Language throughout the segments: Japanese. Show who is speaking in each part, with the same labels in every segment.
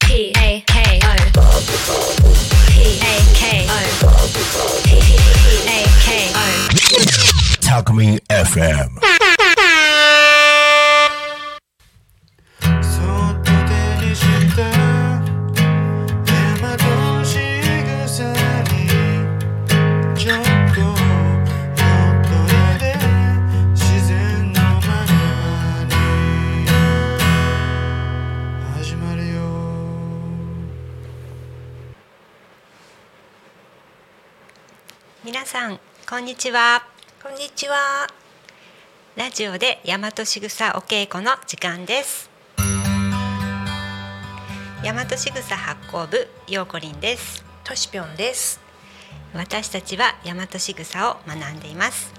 Speaker 1: P A K O P A K O P A K O
Speaker 2: Takumi FM
Speaker 3: そっと手にした手間と仕草にちょっとほっといて自然のままに始まるよ
Speaker 4: 皆さんこんにちはこんにちはラジオで大和しぐさお稽古の時間です大和しぐさ発行部ようこりんです
Speaker 5: トシピョンです。
Speaker 4: 私たちは大和しぐさを学んでいます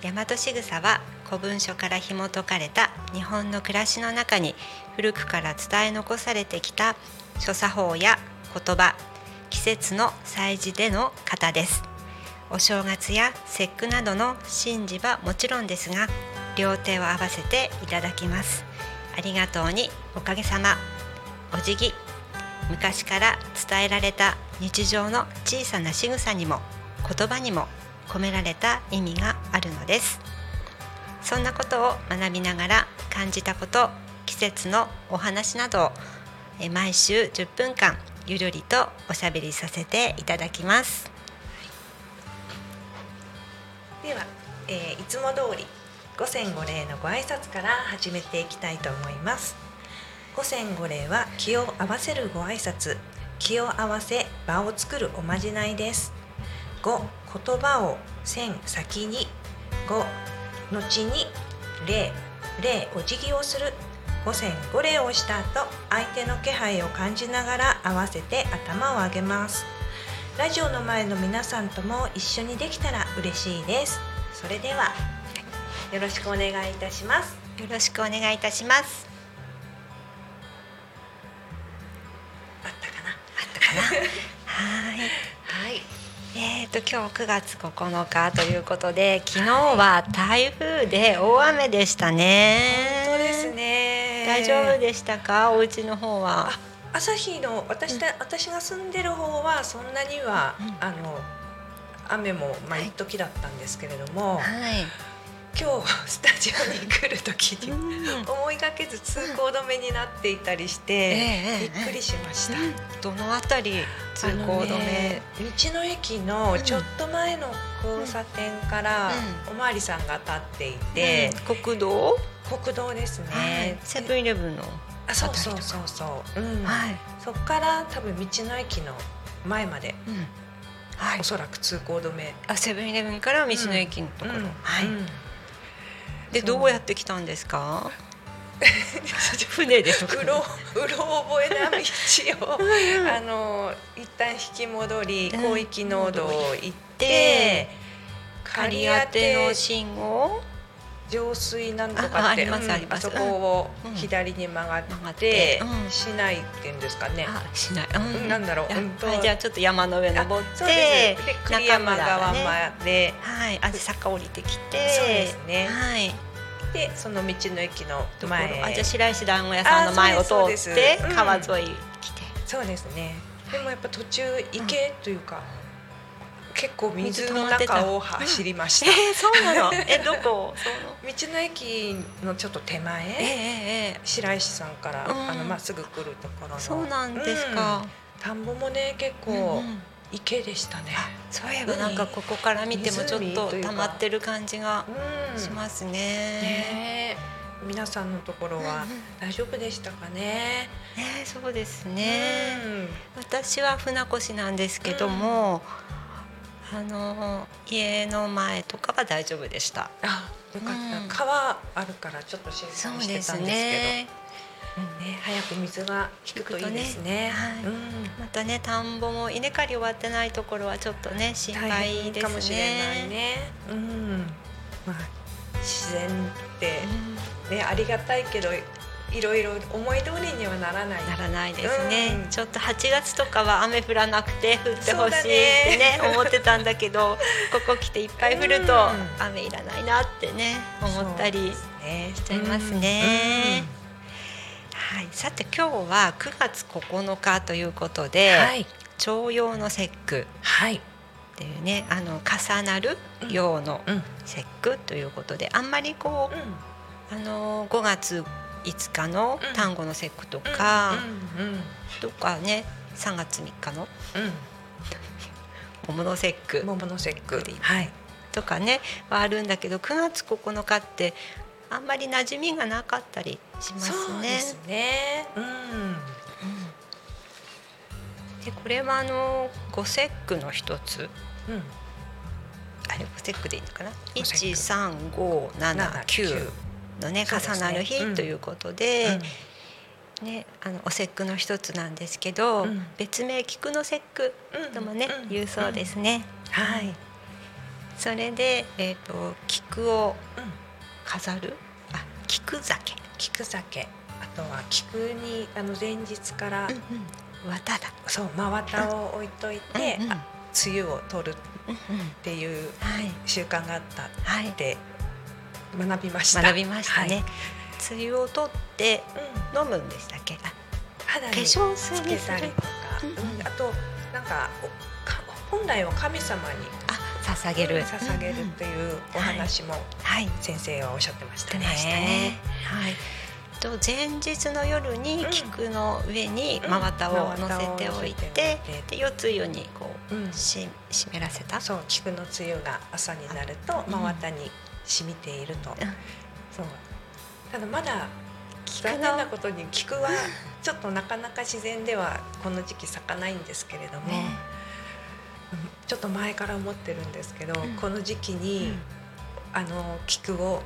Speaker 4: 大和しぐさは古文書から紐解かれた日本の暮らしの中に古くから伝え残されてきた所作法や言葉季節の祭事での型ですお正月や節句などの神事はもちろんですが両手を合わせていただきますありがとうにおかげさまお辞儀昔から伝えられた日常の小さな仕草にも言葉にも込められた意味があるのですそんなことを学びながら感じたこと季節のお話などをえ毎週10分間ゆるりとおしゃべりさせていただきます
Speaker 5: では、えーいつも通り五千五礼のご挨拶から始めていきたいと思います。五千五礼は気を合わせるご挨拶、気を合わせ場を作るおまじないです。五言葉を千先に、五後に礼礼お辞儀をする。五千五礼をした後、相手の気配を感じながら合わせて頭を上げます。ラジオの前の皆さんとも一緒にできたら嬉しいです。それではよろしくお願いいたします。
Speaker 4: よろしくお願いいたします。
Speaker 5: あったかな。
Speaker 4: はー
Speaker 5: はい。
Speaker 4: い。えっ、と今日9月9日ということで、昨日は台風で大雨でしたね。
Speaker 5: そうです。ね。
Speaker 4: 大丈夫。でしたか？お家の方は
Speaker 5: あ。、朝日の私た、私が住んでる方はそんなには、
Speaker 4: うん
Speaker 5: あの雨もまあ
Speaker 4: はい
Speaker 5: 一時だったんですけれども、
Speaker 4: はい。
Speaker 5: 今日スタジオに来る時に。
Speaker 4: うん
Speaker 5: 思いがけず通行止めになっていたりして、び
Speaker 4: ええ
Speaker 5: っくりしました。
Speaker 4: どのあたり通行
Speaker 5: あの
Speaker 4: 止め
Speaker 5: ね、道の駅のちょっと前の交差点からおまわりさんが立っていて、
Speaker 4: うん国道？
Speaker 5: 国道ですね、
Speaker 4: セブンイレブンの。
Speaker 5: あそうそうそうそう、うん
Speaker 4: い。
Speaker 5: そこから多分道の駅の前まで
Speaker 4: うん。はい
Speaker 5: お。そらく通行止め
Speaker 4: あ、セブンイレブンから道の駅のところ。
Speaker 5: うん
Speaker 4: はい。
Speaker 5: うん
Speaker 4: で
Speaker 5: そう
Speaker 4: どうやって来たんですか？船です
Speaker 5: うろうろ覚えな道をあの一旦引き戻り
Speaker 4: うん
Speaker 5: 広域農道を行っ
Speaker 4: で
Speaker 5: て
Speaker 4: 借り当ての信号
Speaker 5: 上水なんと
Speaker 4: あ
Speaker 5: か
Speaker 4: あ
Speaker 5: って
Speaker 4: ります
Speaker 5: うん
Speaker 4: あります
Speaker 5: あそこを
Speaker 4: うん
Speaker 5: 左に曲がっ
Speaker 4: 曲がって
Speaker 5: て、
Speaker 4: うん
Speaker 5: 市内っていうんですかね
Speaker 4: あしない、
Speaker 5: うんなんだろう
Speaker 4: や
Speaker 5: うんと
Speaker 4: はいじゃあちょっと山の上
Speaker 5: あ
Speaker 4: 登っ
Speaker 5: そう
Speaker 4: て
Speaker 5: ですで栗山
Speaker 4: 中
Speaker 5: 川
Speaker 4: 村ね
Speaker 5: まで、
Speaker 4: はいあで坂降りてきて
Speaker 5: そうですね
Speaker 4: はい
Speaker 5: でその道の駅の
Speaker 4: ところ
Speaker 5: 前
Speaker 4: あじゃあ白石団子屋さんの前を
Speaker 5: あ
Speaker 4: 通
Speaker 5: そう
Speaker 4: っ
Speaker 5: ですそう
Speaker 4: て
Speaker 5: ですうん
Speaker 4: 川沿い来て
Speaker 5: そうですねでもやっぱ途中池というか、結構水
Speaker 4: 水溜
Speaker 5: の
Speaker 4: まってた
Speaker 5: 中を走りました
Speaker 4: えー、そうな のえどこそうの
Speaker 5: 道の駅のちょっと手
Speaker 4: えー、
Speaker 5: 前
Speaker 4: えー、え
Speaker 5: 白石さんから、
Speaker 4: うん
Speaker 5: あのまっすぐ来るところの
Speaker 4: ー、そうなんですか、
Speaker 5: うん田んぼもね結
Speaker 4: うんう
Speaker 5: 構
Speaker 4: ん
Speaker 5: 池でしたね、
Speaker 4: そういえばなんかここから見てもちょっ
Speaker 5: 湖
Speaker 4: と
Speaker 5: というか
Speaker 4: 溜まってる感じが
Speaker 5: うん
Speaker 4: しますね。
Speaker 5: ねえ皆さんのところは
Speaker 4: うんうん
Speaker 5: 大丈夫でしたかね。
Speaker 4: ねそうですね。
Speaker 5: うん
Speaker 4: 私は船越なんですけども、あの家の前とかは大丈夫でした。
Speaker 5: あ、よかっ
Speaker 4: うん
Speaker 5: た。川あるからちょっと心配してたんですけど、ね、。早く水が引くといいですね。
Speaker 4: 引くとねはい
Speaker 5: うん
Speaker 4: またね田んぼも稲刈り終わってないところはちょっとね心
Speaker 5: 大
Speaker 4: 配
Speaker 5: 変
Speaker 4: ですね。
Speaker 5: かもしれないね。うん、まあ自然っ
Speaker 4: うん
Speaker 5: てねありがたいけど、いろいろ思い通りにはならない。
Speaker 4: ならないですね、
Speaker 5: うん
Speaker 4: ちょっと8月とかは雨降らなくて降ってほしいってね
Speaker 5: そうだね
Speaker 4: 思ってたんだけどここ来ていっぱい降ると
Speaker 5: うん
Speaker 4: 雨いらないなってね思ったり
Speaker 5: ね、
Speaker 4: しちゃいますね、
Speaker 5: うん
Speaker 4: はい、さて今日は9月9日ということで、
Speaker 5: はい
Speaker 4: 徴用の節句
Speaker 5: はい
Speaker 4: っていうねあの重なる用の
Speaker 5: うんうん
Speaker 4: 節句ということで、あんまりこう、あの5月5日の
Speaker 5: うん
Speaker 4: 単語の節句とか、
Speaker 5: うんうん
Speaker 4: とかね3月3日の
Speaker 5: う
Speaker 4: 桃の節句
Speaker 5: ん桃の節句はい
Speaker 4: とかねはあるんだけど9月9日ってあんまり馴染みがなかったりしますね。
Speaker 5: そうですねうん
Speaker 4: でこれはあの五節句の一つ
Speaker 5: うん
Speaker 4: あれ五節句でいいのかな
Speaker 5: 五節句
Speaker 4: 一三五七九のね
Speaker 5: そうですね
Speaker 4: 重なる日
Speaker 5: うん
Speaker 4: ということで、ねあのお節句の一つなんですけど、
Speaker 5: うん
Speaker 4: 別名菊の節句ともね、
Speaker 5: うん
Speaker 4: 言うそうですね。
Speaker 5: はいうん
Speaker 4: それでえっ、と菊を飾るあ菊酒
Speaker 5: 菊酒あとは菊にあの前日から
Speaker 4: 綿だ。
Speaker 5: そう真綿を置いといて
Speaker 4: うんうん
Speaker 5: あ梅雨を取る
Speaker 4: うんうん
Speaker 5: っていう
Speaker 4: はい
Speaker 5: 習慣があったっ
Speaker 4: はい
Speaker 5: て学びました
Speaker 4: 学びましたね。
Speaker 5: はい
Speaker 4: 梅雨を取って
Speaker 5: うん
Speaker 4: 飲むんでしたっけ？あ
Speaker 5: 肌に
Speaker 4: 化粧水
Speaker 5: つけ
Speaker 4: にす
Speaker 5: た
Speaker 4: る
Speaker 5: りとか、
Speaker 4: うんうん
Speaker 5: うんあとなんかおか本来は神様に
Speaker 4: あ捧げる
Speaker 5: 捧げる
Speaker 4: うんうん
Speaker 5: というお話も
Speaker 4: はい
Speaker 5: 先生はおっしゃってました
Speaker 4: 出
Speaker 5: ね。
Speaker 4: ましたねはいと前日の夜に
Speaker 5: うん
Speaker 4: 菊の上に
Speaker 5: うん
Speaker 4: 真綿を乗せておいて
Speaker 5: 真綿を乗せておい
Speaker 4: で
Speaker 5: て
Speaker 4: 四つ湯にこ
Speaker 5: うん
Speaker 4: うし湿らせた
Speaker 5: そう菊の梅雨が朝になると
Speaker 4: うん
Speaker 5: 真綿に染みていると、そうただまだ
Speaker 4: 菊
Speaker 5: 残念
Speaker 4: の
Speaker 5: なことに菊はちょっとなかなか自然ではこの時期咲かないんですけれども、
Speaker 4: ね
Speaker 5: ちょっと前から思ってるんですけど、
Speaker 4: ん
Speaker 5: この時期に、
Speaker 4: うん
Speaker 5: あの菊を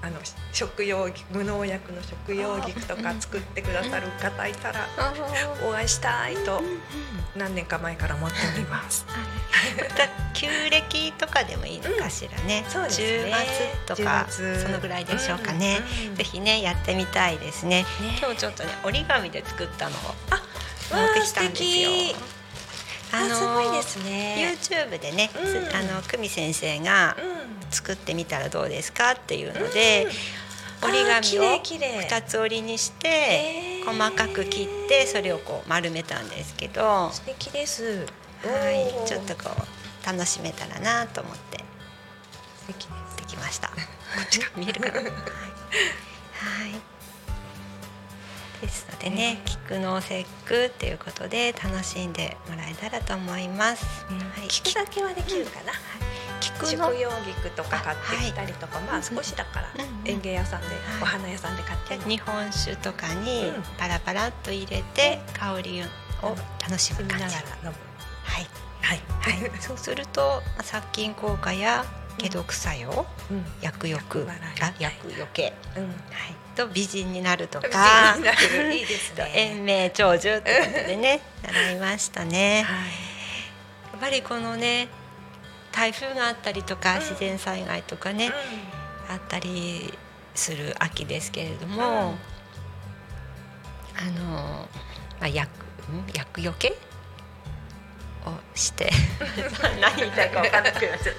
Speaker 5: あの食用菊無農薬の食用菊とか作ってくださる方いたら
Speaker 4: あー
Speaker 5: お会いしたいと何年か前から思っております。
Speaker 4: 旧暦とかでもいいのかしらね。
Speaker 5: そうですね
Speaker 4: 10月とか
Speaker 5: 10月
Speaker 4: そのぐらいでしょうかね
Speaker 5: うんう。ん
Speaker 4: ぜひねやってみたいですね。今日ちょっとね折り紙で作ったのを持ってきたんですよ
Speaker 5: わー素敵。あ
Speaker 4: あのー
Speaker 5: すごいですね。
Speaker 4: YouTube でね、
Speaker 5: うん
Speaker 4: すあの久美先生が
Speaker 5: う
Speaker 4: 作ってみたらどうですかっていうので、
Speaker 5: うん
Speaker 4: 折り
Speaker 5: あー綺
Speaker 4: 紙
Speaker 5: 麗
Speaker 4: を
Speaker 5: 綺麗
Speaker 4: 二つ折りにして
Speaker 5: へー
Speaker 4: 細かく切ってそれをこう丸めたんですけど、は
Speaker 5: ん、素敵です。お
Speaker 4: い、
Speaker 5: ー
Speaker 4: ちょっとこう楽しめたらなと思って
Speaker 5: 素敵で
Speaker 4: できま した。こっちが見えるかな。はい。はいですのでね、菊の節句っていうことで楽しんでもらえたらと思います。はい。
Speaker 5: す。菊酒はできるかな。
Speaker 4: 菊の
Speaker 5: 食用菊とか買ってきたりとか、まあ少しだから
Speaker 4: うんうん
Speaker 5: 園芸屋さんで、お花屋さんで買って
Speaker 4: で日本酒とかに
Speaker 5: うん
Speaker 4: パラパラっと入れて香りを楽しむ
Speaker 5: 飲みな
Speaker 4: 感
Speaker 5: がら
Speaker 4: じ。
Speaker 5: 飲む。
Speaker 4: はい。
Speaker 5: はいはい。
Speaker 4: そうするとまあ殺菌効果や解毒作用、
Speaker 5: うん
Speaker 4: 薬欲、
Speaker 5: 薬払い
Speaker 4: あ薬除け、
Speaker 5: うん。
Speaker 4: はい、と美人になると
Speaker 5: 美
Speaker 4: か
Speaker 5: 人にな るいいです
Speaker 4: と
Speaker 5: ね。
Speaker 4: 延命長寿ってことでね習いましたね。
Speaker 5: はい。
Speaker 4: やっぱりこのね台風があったりとか
Speaker 5: うん
Speaker 4: 自然災害とかね、あったりする秋ですけれども、
Speaker 5: うん
Speaker 4: あの、まあ、薬ん薬除けをして 何言いたいか分かんなくなっちゃっ
Speaker 5: ね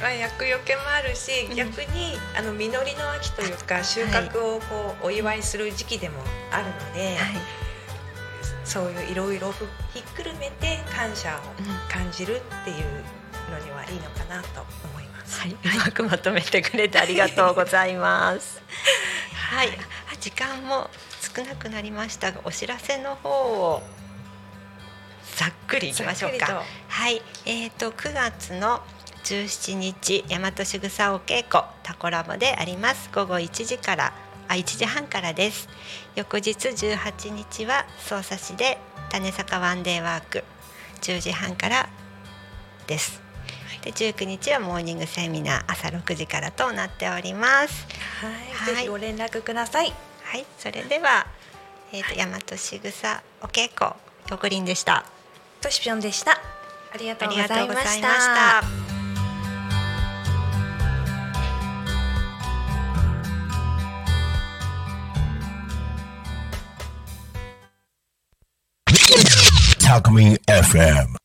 Speaker 5: まあ、厄除けもあるし、
Speaker 4: うん
Speaker 5: 逆にあの実りの秋というか収穫をこうお祝いする時期でもあるので、
Speaker 4: た。はい
Speaker 5: そういういろいろふひっくるめて感謝
Speaker 4: うん
Speaker 5: を感じるっていうのにはいいのかなと思います。
Speaker 4: はい、うまくまとめてくれてありがとうございます。 はい、あ時間も少なくなりましたが、お知らせの方をざっくりいきましょう
Speaker 5: ざっ
Speaker 4: か
Speaker 5: く。
Speaker 4: はい、えっ、と9月の17日大和しぐさお稽古タコラボであります。午後1時からあ1時半からです。翌日18日は匝瑳市で種坂ワンデーワーク10時半からです。で19日はモーニングセミナー朝6時からとなっております。
Speaker 5: はい、
Speaker 4: は
Speaker 5: ぜ
Speaker 4: い
Speaker 5: ひご連絡ください。
Speaker 4: はい、それでは、えーと大和しぐさお稽古よくりんでした。
Speaker 5: トシピョンでした。ありがと
Speaker 4: あ
Speaker 5: うご
Speaker 4: り
Speaker 5: ざ
Speaker 4: がとう
Speaker 5: い
Speaker 4: ご
Speaker 5: ま
Speaker 4: ざいま
Speaker 5: し
Speaker 4: したた。。
Speaker 2: Talk Me FM.